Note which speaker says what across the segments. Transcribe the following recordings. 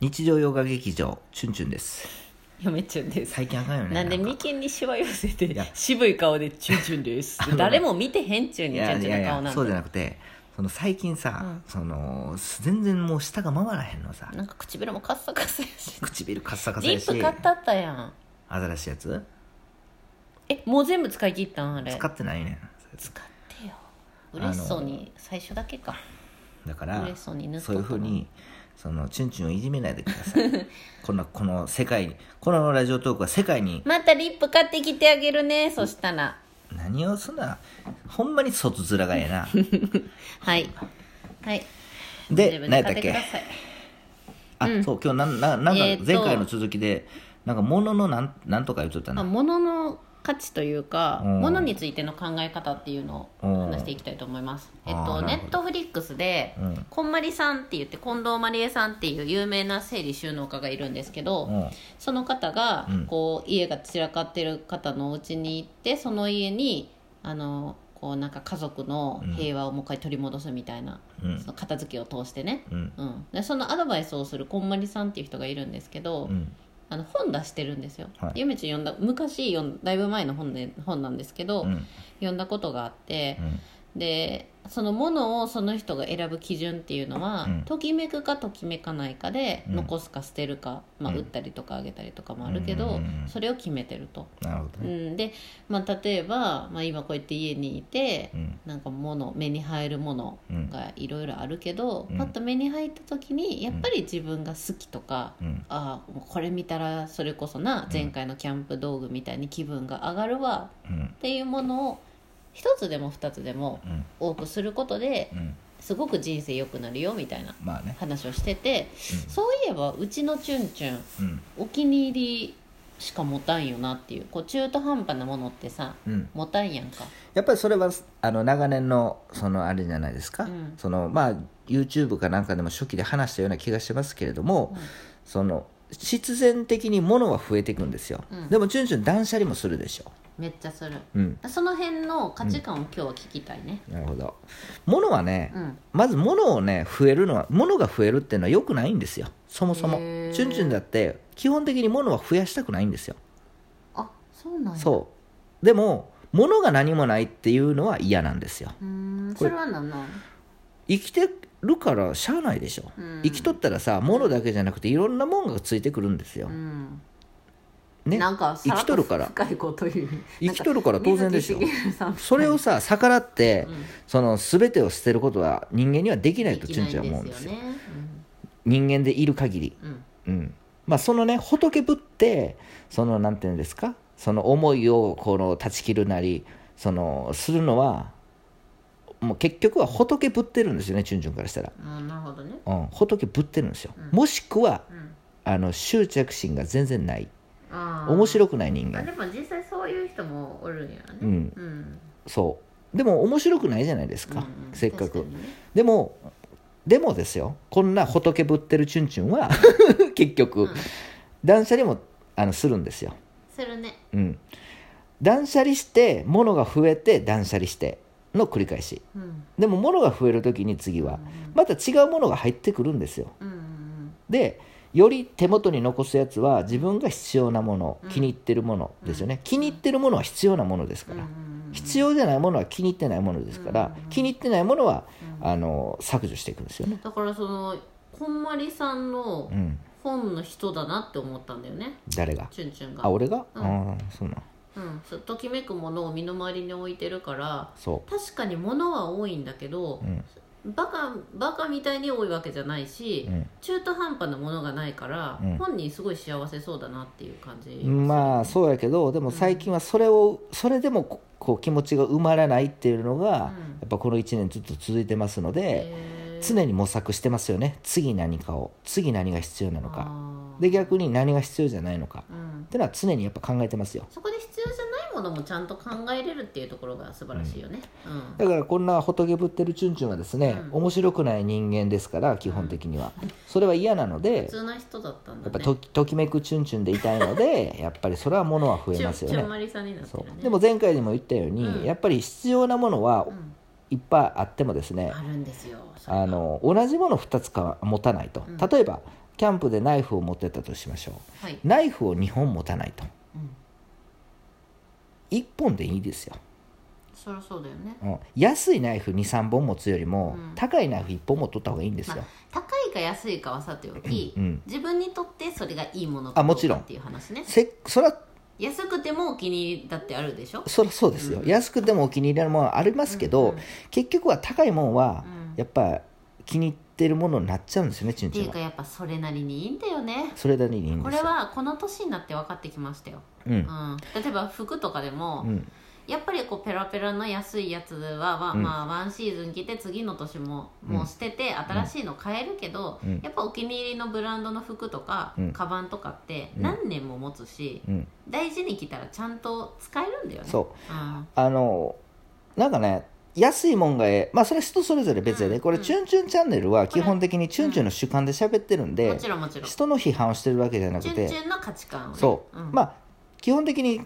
Speaker 1: 日常洋画劇場チュンチュンです
Speaker 2: 嫁ちゅんです、
Speaker 1: 最近あかんよね
Speaker 2: なんで
Speaker 1: か
Speaker 2: 眉間にしわ寄せ
Speaker 1: い
Speaker 2: て
Speaker 1: や
Speaker 2: 渋い顔で「チュンチュ ンです
Speaker 1: あの」
Speaker 2: 誰も見てへんちゅう
Speaker 1: い
Speaker 2: にチ
Speaker 1: や
Speaker 2: ュン
Speaker 1: い
Speaker 2: チ
Speaker 1: や
Speaker 2: ュン
Speaker 1: い
Speaker 2: の顔な
Speaker 1: や
Speaker 2: ん
Speaker 1: そう
Speaker 2: て
Speaker 1: じゃなくてその最近さ、
Speaker 2: うん
Speaker 1: その全然もう舌が回らへんのさ
Speaker 2: なんか唇もカッサカサやし
Speaker 1: 唇カッサカサ
Speaker 2: ジ
Speaker 1: や
Speaker 2: ッ
Speaker 1: し
Speaker 2: プ買ったったやん
Speaker 1: 新しいやつ
Speaker 2: えもう全部使い切ったんあれ
Speaker 1: 使ってないねん
Speaker 2: 使ってよ嬉しそうに最初だけか
Speaker 1: だから
Speaker 2: 嬉しそうに塗っと
Speaker 1: そ
Speaker 2: っ
Speaker 1: うい
Speaker 2: た
Speaker 1: う
Speaker 2: な
Speaker 1: ふうにそのチュンチュンをいじめないでくださ いこんなこの世界にこのラジオトークは世界に
Speaker 2: またリップ買ってきてあげるねそしたら
Speaker 1: 何をすんなほんまに外面がええ な
Speaker 2: はいはい
Speaker 1: で何やったっ
Speaker 2: く
Speaker 1: け
Speaker 2: ださい
Speaker 1: あ、そう今日なんななんか
Speaker 2: えーっと
Speaker 1: 前回の続きでなんか物のなんなんとか言っとった
Speaker 2: まあ、
Speaker 1: な
Speaker 2: 物の価値というか、
Speaker 1: うん
Speaker 2: 物についての考え方っていうのを話していきたいと思います、
Speaker 1: うん
Speaker 2: えっ
Speaker 1: あー
Speaker 2: と
Speaker 1: なる
Speaker 2: ネ
Speaker 1: ほ
Speaker 2: ットフリックスで、
Speaker 1: うん
Speaker 2: こんまりさんって言って近藤まりえさんっていう有名な整理収納家がいるんですけど、
Speaker 1: うん
Speaker 2: その方が、
Speaker 1: うん
Speaker 2: こう家が散らかってる方のお家に行ってその家にあのこうなんか家族の平和をもう一回取り戻すみたいな、
Speaker 1: うん
Speaker 2: その片付けを通してね、
Speaker 1: うん
Speaker 2: うん、でそのアドバイスをするこんまりさんっていう人がいるんですけど、
Speaker 1: うん
Speaker 2: あの本出してるんですよ、
Speaker 1: はい
Speaker 2: ゆめちゃん読んだ昔読んだいぶ前の本で本なんですけど、
Speaker 1: うん
Speaker 2: 読んだことがあって
Speaker 1: う、ん
Speaker 2: でそのものをその人が選ぶ基準っていうのは、
Speaker 1: うん
Speaker 2: ときめくかときめかないかで、
Speaker 1: うん
Speaker 2: 残すか捨てるか、まあ、
Speaker 1: うん
Speaker 2: 売ったりとかあげたりとかもあるけど、
Speaker 1: うん
Speaker 2: それを決めてると、
Speaker 1: なるほ
Speaker 2: う
Speaker 1: どね
Speaker 2: ん、で、まあ、例えば、まあ、今こうやって家にいて、
Speaker 1: うん
Speaker 2: なんか物目に入るもの
Speaker 1: うん
Speaker 2: がいろいろあるけど、
Speaker 1: うん
Speaker 2: パッと目に入った時にやっぱり自分が好きとか、
Speaker 1: うん
Speaker 2: ああもうこれ見たらそれこそな前回のキャンプ道具みたいに気分が上がるわ
Speaker 1: うん
Speaker 2: っていうものを一つでも二つでも
Speaker 1: うん
Speaker 2: 多くすることで
Speaker 1: うん
Speaker 2: すごく人生良くなるよみたいな
Speaker 1: まあね
Speaker 2: 話をしてて、
Speaker 1: うん
Speaker 2: そういえばうちのチュンチュン
Speaker 1: うん
Speaker 2: お気に入りしか持たんよなっていうこう中途半端なものってさ
Speaker 1: うん
Speaker 2: 持たんやんか
Speaker 1: やっぱりそれはあの長年のそのあれじゃないですか、
Speaker 2: うん
Speaker 1: そのまあ YouTube かなんかでも初期で話したような気がしますけれども、その必然的に物は増えていくんですよ、
Speaker 2: うん
Speaker 1: でもチュンチュン断捨離もするでしょ
Speaker 2: めっちゃする
Speaker 1: うん
Speaker 2: その辺の価値観を今日は聞きたいね
Speaker 1: なるほど物はね、
Speaker 2: うん
Speaker 1: まず物をね増えるのは物が増えるっていうのは良くないんですよそもそもチ
Speaker 2: へー
Speaker 1: ュンチュンだって基本的に物は増やしたくないんですよ、
Speaker 2: あそうなんや
Speaker 1: そうでも物が何もないっていうのは嫌なんですよ
Speaker 2: うーん
Speaker 1: こ
Speaker 2: そ
Speaker 1: れ
Speaker 2: れはなんなん
Speaker 1: 生きてるからしゃあないでしょ、
Speaker 2: うん
Speaker 1: 生きとったらさ物だけじゃなくていろんなもんがついてくるんですよ、
Speaker 2: うん
Speaker 1: ね
Speaker 2: なんか
Speaker 1: 生きとるから
Speaker 2: さらっ深いこと言う
Speaker 1: 生きとるから当然でしょ
Speaker 2: 水木しげるさん
Speaker 1: それをさ逆らって、
Speaker 2: うん
Speaker 1: その全てを捨てることは人間にはできない
Speaker 2: で
Speaker 1: と
Speaker 2: き
Speaker 1: チュ
Speaker 2: な
Speaker 1: ンチュンは思う
Speaker 2: い
Speaker 1: ん
Speaker 2: ん
Speaker 1: で
Speaker 2: ですす
Speaker 1: よ
Speaker 2: よね
Speaker 1: 人間でいる限り
Speaker 2: うんうん
Speaker 1: うんまあそのね仏ぶってそのなんていうんですかその思いをこの断ち切るなりそのするのはもう結局は仏ぶってるんですよねチュンチュンからしたら、
Speaker 2: あーなるほどね
Speaker 1: うん、仏ぶってるんですよ、
Speaker 2: うん
Speaker 1: もしくは
Speaker 2: うん
Speaker 1: あの執着心が全然ない
Speaker 2: あー
Speaker 1: 面白くない人
Speaker 2: あ
Speaker 1: 間
Speaker 2: でも実際そういう人もおるんやね
Speaker 1: うん
Speaker 2: うん
Speaker 1: そうでも面白くないじゃないですか、
Speaker 2: うんうん
Speaker 1: せっかく
Speaker 2: 確にね
Speaker 1: でもでもですよこんな仏ぶってるチュンチュン は結局、
Speaker 2: うん
Speaker 1: 断捨離もあのするんですよ、
Speaker 2: するね
Speaker 1: うん、断捨離して物が増えて断捨離しての繰り返し
Speaker 2: うん
Speaker 1: でも物が増える時に次はまた違うものが入ってくるんですよ
Speaker 2: うんうん
Speaker 1: でより手元に残すやつは自分が必要なもの
Speaker 2: うん
Speaker 1: 気に入ってるものですよね、気に入ってるものは必要なものです
Speaker 2: う
Speaker 1: か
Speaker 2: ん
Speaker 1: ら、
Speaker 2: うんうん
Speaker 1: 必要じゃないものは気に入ってないものですから、
Speaker 2: うん
Speaker 1: 気に入ってないものは、
Speaker 2: うん
Speaker 1: あの削除していくんですよね、
Speaker 2: だからそのこんまりさんの
Speaker 1: うん、
Speaker 2: 本の人だなって思ったんだよね
Speaker 1: 誰が
Speaker 2: チュンチュンが
Speaker 1: あ俺が、う
Speaker 2: うんん、
Speaker 1: そうなん
Speaker 2: うん、そうときめくものを身の回りに置いてるから
Speaker 1: そ
Speaker 2: 確かに物は多いんだけど
Speaker 1: う、う、ん
Speaker 2: バカバカみたいに多いわけじゃないし、
Speaker 1: うん
Speaker 2: 中途半端なものがないから、
Speaker 1: うん
Speaker 2: 本人すごい幸せそうだなっていう感じ、
Speaker 1: まあそうやけどでも最近はそれをそれでもここう気持ちが埋まらないっていうのが、やっぱこの1年ずっと続いてますので、
Speaker 2: へー
Speaker 1: 常に模索してますよね次何かを次何が必要なのか
Speaker 2: あー
Speaker 1: で逆に何が必要じゃないのか
Speaker 2: う
Speaker 1: っ、
Speaker 2: ん
Speaker 1: てのは常にやっぱ考えてますよ
Speaker 2: そこで必要じゃないものもちゃんと考えれるっていうところが素晴らしいよね、うん
Speaker 1: だからこんな仏ぶってるチュンチュンはですね、
Speaker 2: うん
Speaker 1: 面白くない人間ですから基本的には、それは嫌なので
Speaker 2: 普通な人だったん
Speaker 1: や
Speaker 2: だ
Speaker 1: っぱ
Speaker 2: ね
Speaker 1: ときときめくチュンチュンでいたいのでやっぱりそれは物は増えますよ
Speaker 2: ちゅちゅ
Speaker 1: ね
Speaker 2: んまりさんになって
Speaker 1: そ
Speaker 2: るね
Speaker 1: うでも前回でも言ったように、
Speaker 2: うん
Speaker 1: やっぱり必要なものは
Speaker 2: うん
Speaker 1: いっぱいあってもですね、
Speaker 2: あるんですよそれが
Speaker 1: あの同じもの2つかは持たないと、
Speaker 2: うん
Speaker 1: 例えばキャンプでナイフを持ってったとしましょ
Speaker 2: はい、
Speaker 1: うナイフを2本持たないと
Speaker 2: うん、
Speaker 1: 1本でいいですよ、
Speaker 2: そりゃそうだよね
Speaker 1: うん、安いナイフ23本持つよりも、
Speaker 2: うん
Speaker 1: 高いナイフ1本持っとった方がいいんですよ、
Speaker 2: 高いか安いかはさておき、
Speaker 1: うん
Speaker 2: 自分にとってそれがいいもの
Speaker 1: あ
Speaker 2: かど
Speaker 1: も
Speaker 2: う
Speaker 1: ちろ
Speaker 2: か
Speaker 1: ん
Speaker 2: っていう話ね
Speaker 1: せそら
Speaker 2: 安くてもお気に入りだってあるでしょ
Speaker 1: そらそうですよ、
Speaker 2: うん
Speaker 1: 安くてもお気に入りのものありますけど、
Speaker 2: うんうん
Speaker 1: 結局は高いもんは、
Speaker 2: うん
Speaker 1: やっぱ気に入ってるものになっちゃうんですよねちゅん
Speaker 2: って
Speaker 1: ちゅ
Speaker 2: い
Speaker 1: ん
Speaker 2: う
Speaker 1: は
Speaker 2: かやっぱそれなりにいいんだよね
Speaker 1: それなりにいいん
Speaker 2: こ
Speaker 1: です
Speaker 2: れ
Speaker 1: よ
Speaker 2: はこの年になって分かってきましたよ、
Speaker 1: う
Speaker 2: うんん、例えば服とかでも、
Speaker 1: うん
Speaker 2: やっぱりこうペラペラの安いやつは、わ
Speaker 1: うん
Speaker 2: まあ、ワンシーズン着て次の年ももう捨てて新しいの買えるけど、
Speaker 1: うん
Speaker 2: やっぱお気に入りのブランドの服とか、
Speaker 1: うん
Speaker 2: カバンとかって
Speaker 1: うん
Speaker 2: 何年も持つし、
Speaker 1: うん
Speaker 2: 大事に着たらちゃんと使えるんだよね
Speaker 1: そう
Speaker 2: うん
Speaker 1: あのなんかね安いもんがええまあそれは人それぞれ別やで、
Speaker 2: うん
Speaker 1: これ「
Speaker 2: うん
Speaker 1: チュンチュンチャンネル」は基本的にチュンチュンの主観で喋ってるんで、
Speaker 2: もちろんもちろん
Speaker 1: 人の批判をしてるわけじゃなく
Speaker 2: チュ
Speaker 1: て
Speaker 2: ンチュンの価値観をね
Speaker 1: そう、
Speaker 2: ん
Speaker 1: まあ基本的に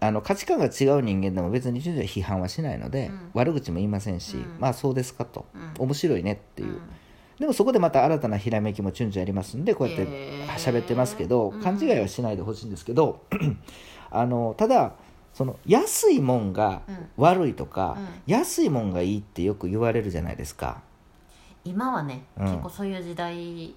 Speaker 1: あの価値観が違う人間でも別にチュンチュンは批判はしないので、
Speaker 2: うん
Speaker 1: 悪口も言いませんし、
Speaker 2: うん
Speaker 1: まあそうですかと、
Speaker 2: うん
Speaker 1: 面白いねっていう、
Speaker 2: ん
Speaker 1: でもそこでまた新たなひらめきもチュンチュンやりますんでこうやって
Speaker 2: へー
Speaker 1: 喋ってますけど、
Speaker 2: うん
Speaker 1: 勘違いはしないでほしいんですけど あのただその安いもんが
Speaker 2: うん
Speaker 1: 悪いとか、
Speaker 2: う
Speaker 1: 安いもんがいいってよく言われるじゃないですか
Speaker 2: 今はね、
Speaker 1: うん
Speaker 2: 結構そういう時代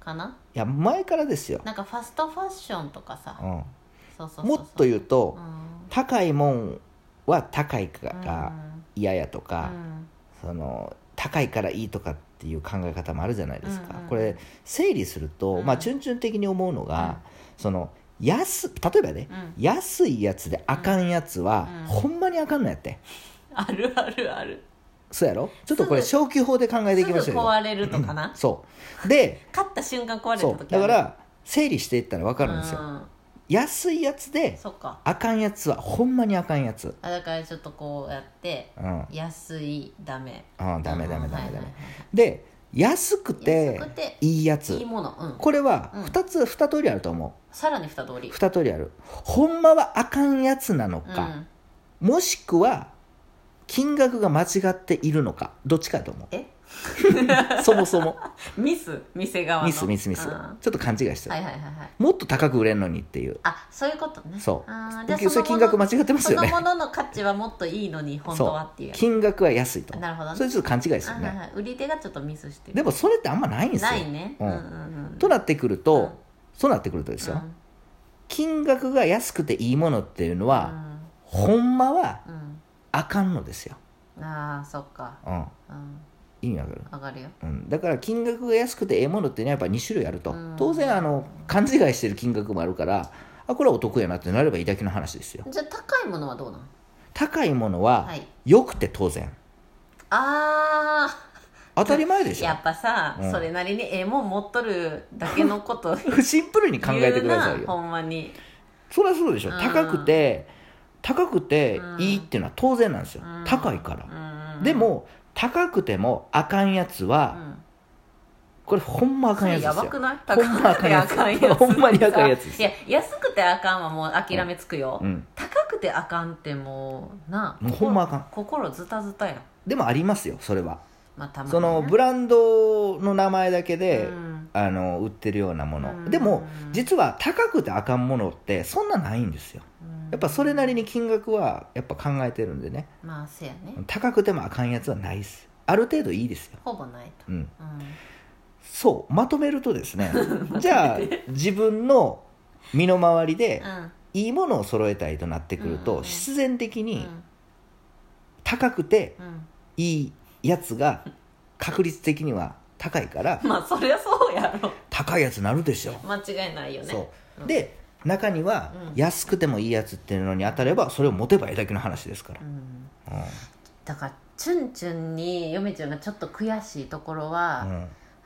Speaker 2: かない
Speaker 1: や前からですよ、
Speaker 2: なんかファストファッションとかさ、
Speaker 1: うん、
Speaker 2: そうそうそうそう
Speaker 1: もっと言うと、
Speaker 2: うん
Speaker 1: 高いもんは高いから嫌やと
Speaker 2: うん
Speaker 1: か、その高いからいいとかっていう考え方もあるじゃないですか、
Speaker 2: うんうん
Speaker 1: これ整理すると、
Speaker 2: うん
Speaker 1: まあチュンチュン的に思うのが、その安例えばね、
Speaker 2: うん
Speaker 1: 安いやつであかんやつは、
Speaker 2: うん
Speaker 1: ほんまにあかんのやって
Speaker 2: あるあるある
Speaker 1: そうやろちょっとこれ
Speaker 2: す
Speaker 1: 消去法で考えていきまし
Speaker 2: す
Speaker 1: ょう
Speaker 2: ぐ
Speaker 1: よ
Speaker 2: 壊れるとかな
Speaker 1: そうで
Speaker 2: 勝った瞬間壊れた
Speaker 1: そう
Speaker 2: 時ある
Speaker 1: だから整理していったら分か
Speaker 2: あ
Speaker 1: るんですよ、安いやつで
Speaker 2: そっか
Speaker 1: あかんやつはほんまにあかんやつ
Speaker 2: あだからちょっとこうやって
Speaker 1: うん、うん、
Speaker 2: 安いダメ
Speaker 1: ダメダメダメダ
Speaker 2: う
Speaker 1: メ
Speaker 2: んはいはいは
Speaker 1: で安くて
Speaker 2: 安くて
Speaker 1: いいや
Speaker 2: いい
Speaker 1: つ
Speaker 2: いものうん
Speaker 1: これは
Speaker 2: うん
Speaker 1: 2つ、二通りあると思
Speaker 2: さらに二通
Speaker 1: う
Speaker 2: り
Speaker 1: 2通りあるほんまはあかんやつなのか、もしくは金額が間違っているのかどっちかやと思う
Speaker 2: え
Speaker 1: そもそ も
Speaker 2: うんミス店側の
Speaker 1: ミスミスミスち
Speaker 2: う
Speaker 1: ょ
Speaker 2: んは
Speaker 1: っと勘違いして
Speaker 2: い
Speaker 1: る、
Speaker 2: はいはいはい
Speaker 1: もっと高く売れんのにっていう
Speaker 2: あそういうことね
Speaker 1: そう
Speaker 2: あーじゃあ
Speaker 1: そ
Speaker 2: その
Speaker 1: れ金額間
Speaker 2: もの
Speaker 1: 違ってますよね
Speaker 2: そのものの価値はもっといいのに本当はっていう
Speaker 1: 金額は安いと
Speaker 2: なるほどね
Speaker 1: それちょっと勘違いです
Speaker 2: あ
Speaker 1: よ
Speaker 2: はい
Speaker 1: ね
Speaker 2: はい売り手がちょっとミスしてる
Speaker 1: でもそれってあんまないんですよ
Speaker 2: ないね
Speaker 1: う
Speaker 2: うんんうんうん
Speaker 1: となってくる
Speaker 2: うん
Speaker 1: とそうなってくるとですよ、
Speaker 2: うん
Speaker 1: 金額が安くていいものっていうの
Speaker 2: う
Speaker 1: は、
Speaker 2: ん
Speaker 1: ほんまは
Speaker 2: うん
Speaker 1: あかんのですよ、
Speaker 2: ああそっか
Speaker 1: うん、
Speaker 2: うん
Speaker 1: 意味わかる
Speaker 2: 上がるよ
Speaker 1: うん、だから金額が安くてええものってねやっぱ2種類あると、
Speaker 2: うん
Speaker 1: 当然あの勘違いしてる金額もあるからあこれはお得やなってなればいいだけの話ですよ
Speaker 2: じゃあ高いものはどうなん
Speaker 1: 高いものは
Speaker 2: はい
Speaker 1: 良くて当然
Speaker 2: あ
Speaker 1: 当たり前で
Speaker 2: ー
Speaker 1: しょ
Speaker 2: やっぱさ、
Speaker 1: うん
Speaker 2: それなりにええもん持っとるだけのこと
Speaker 1: シンプルに 考えてください
Speaker 2: 言うな
Speaker 1: よ
Speaker 2: ほんまに
Speaker 1: そりゃそうでしょ
Speaker 2: うん
Speaker 1: 高くて高くていいっていうのは当然なんですよ
Speaker 2: うん
Speaker 1: 高いから
Speaker 2: うん
Speaker 1: でも高くてもあかんやつ
Speaker 2: う
Speaker 1: は
Speaker 2: ん
Speaker 1: これほんまあかんやつで
Speaker 2: や
Speaker 1: す
Speaker 2: ば
Speaker 1: よ
Speaker 2: くない
Speaker 1: ほんまあかんやつ
Speaker 2: 高くてあ
Speaker 1: ほんまにあかんやつです
Speaker 2: いや安くてあかんはもう諦めつくよ、
Speaker 1: うん
Speaker 2: 高くてあかんってもうな
Speaker 1: もうほんまあかん
Speaker 2: 心ズタズタやん
Speaker 1: でもありますよそれは
Speaker 2: まあたまにね
Speaker 1: そのブランドの名前だけで
Speaker 2: うん
Speaker 1: あの売ってるようなも
Speaker 2: う
Speaker 1: の
Speaker 2: ん
Speaker 1: でも実は高くてあかんものってそんなないんですよ
Speaker 2: うん
Speaker 1: やっぱそれなりに金額はやっぱ考えてるんでね
Speaker 2: まあせやね
Speaker 1: 高くてもあかんやつはないですある程度いいですよ
Speaker 2: ほぼないと、
Speaker 1: うん
Speaker 2: うん
Speaker 1: そうまとめるとです ねじゃあ自分の身の回りで
Speaker 2: うん
Speaker 1: いいものを揃えたいとなってくる
Speaker 2: うんう
Speaker 1: と
Speaker 2: ん
Speaker 1: 必然的
Speaker 2: う
Speaker 1: に
Speaker 2: ん
Speaker 1: 高くて
Speaker 2: うん
Speaker 1: いいやつが確率的には高いから
Speaker 2: まあそりゃそうやろ
Speaker 1: 高いやつなるでしょ
Speaker 2: 間違いないよね
Speaker 1: そう
Speaker 2: うん
Speaker 1: で中には
Speaker 2: うん
Speaker 1: 安くてもいいやつっていうのに当たればそれを持てばいいだけの話ですから
Speaker 2: う、ん
Speaker 1: う
Speaker 2: だからチュンチュンにヨメちゃんがちょっと悔しいところ
Speaker 1: ん
Speaker 2: は、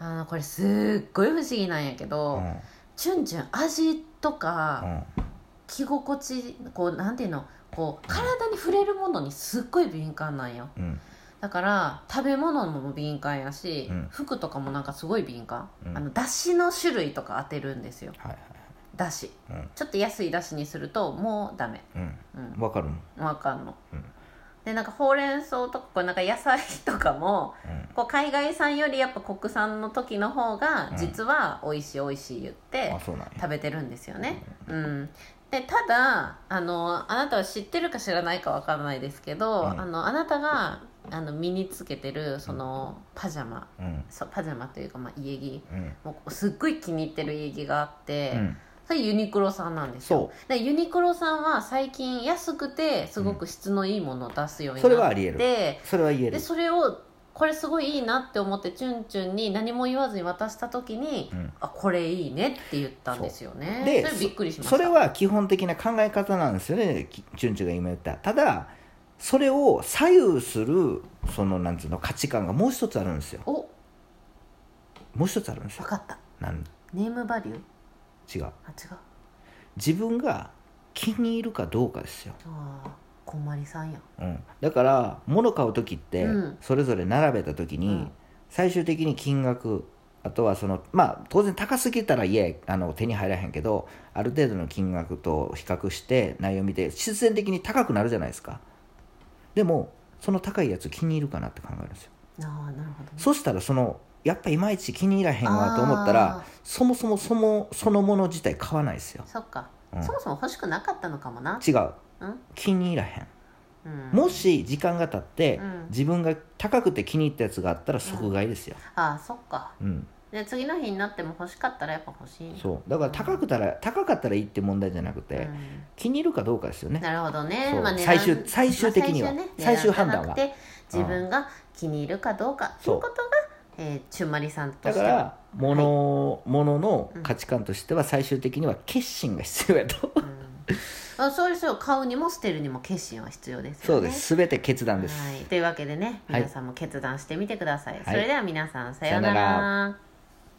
Speaker 2: あのこれすっごい不思議なんやけど、
Speaker 1: うんうん
Speaker 2: チュンチュン味とか、
Speaker 1: うん
Speaker 2: 着心地こうなんていうのこう体に触れるものにすっごい敏感なんよ
Speaker 1: うん
Speaker 2: だから食べ物も敏感やし、
Speaker 1: うん
Speaker 2: 服とかもなんかすごい敏感、
Speaker 1: うん
Speaker 2: あのだしの種類とか当てるんですよ
Speaker 1: はいはい
Speaker 2: だし
Speaker 1: うん
Speaker 2: ちょっと安いだしにするともうダメ
Speaker 1: うん
Speaker 2: うん
Speaker 1: わかるもん
Speaker 2: わかんの、
Speaker 1: うん
Speaker 2: でなんかほうれん草とかこうなんか野菜とかも
Speaker 1: うん
Speaker 2: こう海外産よりやっぱ国産の時の方が実は美味しい美味しい言って
Speaker 1: あそうなんや
Speaker 2: 食べてるんですよね。うん、でただあのあなたは知ってるか知らないかわからないですけど、
Speaker 1: うん
Speaker 2: あのあなたがあの身につけてるそのパジャマ
Speaker 1: うん
Speaker 2: そうパジャマというか、まあ、家着
Speaker 1: うん
Speaker 2: もうすっごい気に入ってる家着があって、
Speaker 1: うん
Speaker 2: それユニクロさんなんですよでユニクロさんは最近安くてすごく質のいいものを出すように
Speaker 1: そ
Speaker 2: なって、
Speaker 1: れはありえるそれは言え
Speaker 2: で
Speaker 1: る
Speaker 2: それをこれすごいいいなって思ってチュンチュンに何も言わずに渡した時に、
Speaker 1: うん
Speaker 2: あこれいいねって言ったんですよね
Speaker 1: で
Speaker 2: それびっくりしました
Speaker 1: それは基本的な考え方なんですよねきチュンチュンが今言ったただそれを左右するそのなんつうの価値観がもう一つあるんですよ
Speaker 2: お
Speaker 1: もう一つあるんです
Speaker 2: 分
Speaker 1: よ
Speaker 2: かった
Speaker 1: なん
Speaker 2: ネームバリュー
Speaker 1: 違う
Speaker 2: あ違う
Speaker 1: 自分が気に入るかどうかですよ、
Speaker 2: ああこんまりさんや
Speaker 1: うん、だから物買う時って
Speaker 2: うん
Speaker 1: それぞれ並べた時に、
Speaker 2: うん
Speaker 1: 最終的に金額あとはそのまあ当然高すぎたらいえあの手に入らへんけどある程度の金額と比較して内容見て必然的に高くなるじゃないですかでもその高いやつ気に入るかなって考えるんですよ
Speaker 2: ああなるほどね
Speaker 1: そしたらそのやっぱいまいち気に入らへんわと思った
Speaker 2: あ
Speaker 1: ら
Speaker 2: ー
Speaker 1: そもそもそもそのもの自体買わないですよ
Speaker 2: そっか、
Speaker 1: うん
Speaker 2: そもそも欲しくなかったのかもな
Speaker 1: 違う
Speaker 2: うん
Speaker 1: 気に入らへん
Speaker 2: うん
Speaker 1: もし時間が経って、
Speaker 2: うん
Speaker 1: 自分が高くて気に入ったやつがあったら即買いですよ、
Speaker 2: ああそっか
Speaker 1: うん
Speaker 2: で次の日になっても欲しかったらやっぱ欲しい
Speaker 1: そうだから高くたら高かったらいいって問題じゃなくて、
Speaker 2: うん
Speaker 1: 気に入るかどうかですよね
Speaker 2: なるほどね
Speaker 1: そう、
Speaker 2: 値
Speaker 1: 最
Speaker 2: 段
Speaker 1: 終最終的には
Speaker 2: まあ
Speaker 1: 最終
Speaker 2: 値段じゃ
Speaker 1: 判断
Speaker 2: な
Speaker 1: は
Speaker 2: くて自分が気に入るかどうかと
Speaker 1: そ
Speaker 2: いううことが、えー、チュンマリさんと
Speaker 1: だ
Speaker 2: して
Speaker 1: か
Speaker 2: は
Speaker 1: ら物,、物の
Speaker 2: うん
Speaker 1: 価値観としては最終的には決心が必要やと、
Speaker 2: うんあそうですよ買うにも捨てるにも決心は必要です
Speaker 1: そ
Speaker 2: よ
Speaker 1: う
Speaker 2: ね
Speaker 1: です全て決断です、
Speaker 2: はい、というわけでね
Speaker 1: はい
Speaker 2: 皆さんも決断してみてください、
Speaker 1: い
Speaker 2: それでは皆さんさよう
Speaker 1: さよう
Speaker 2: なら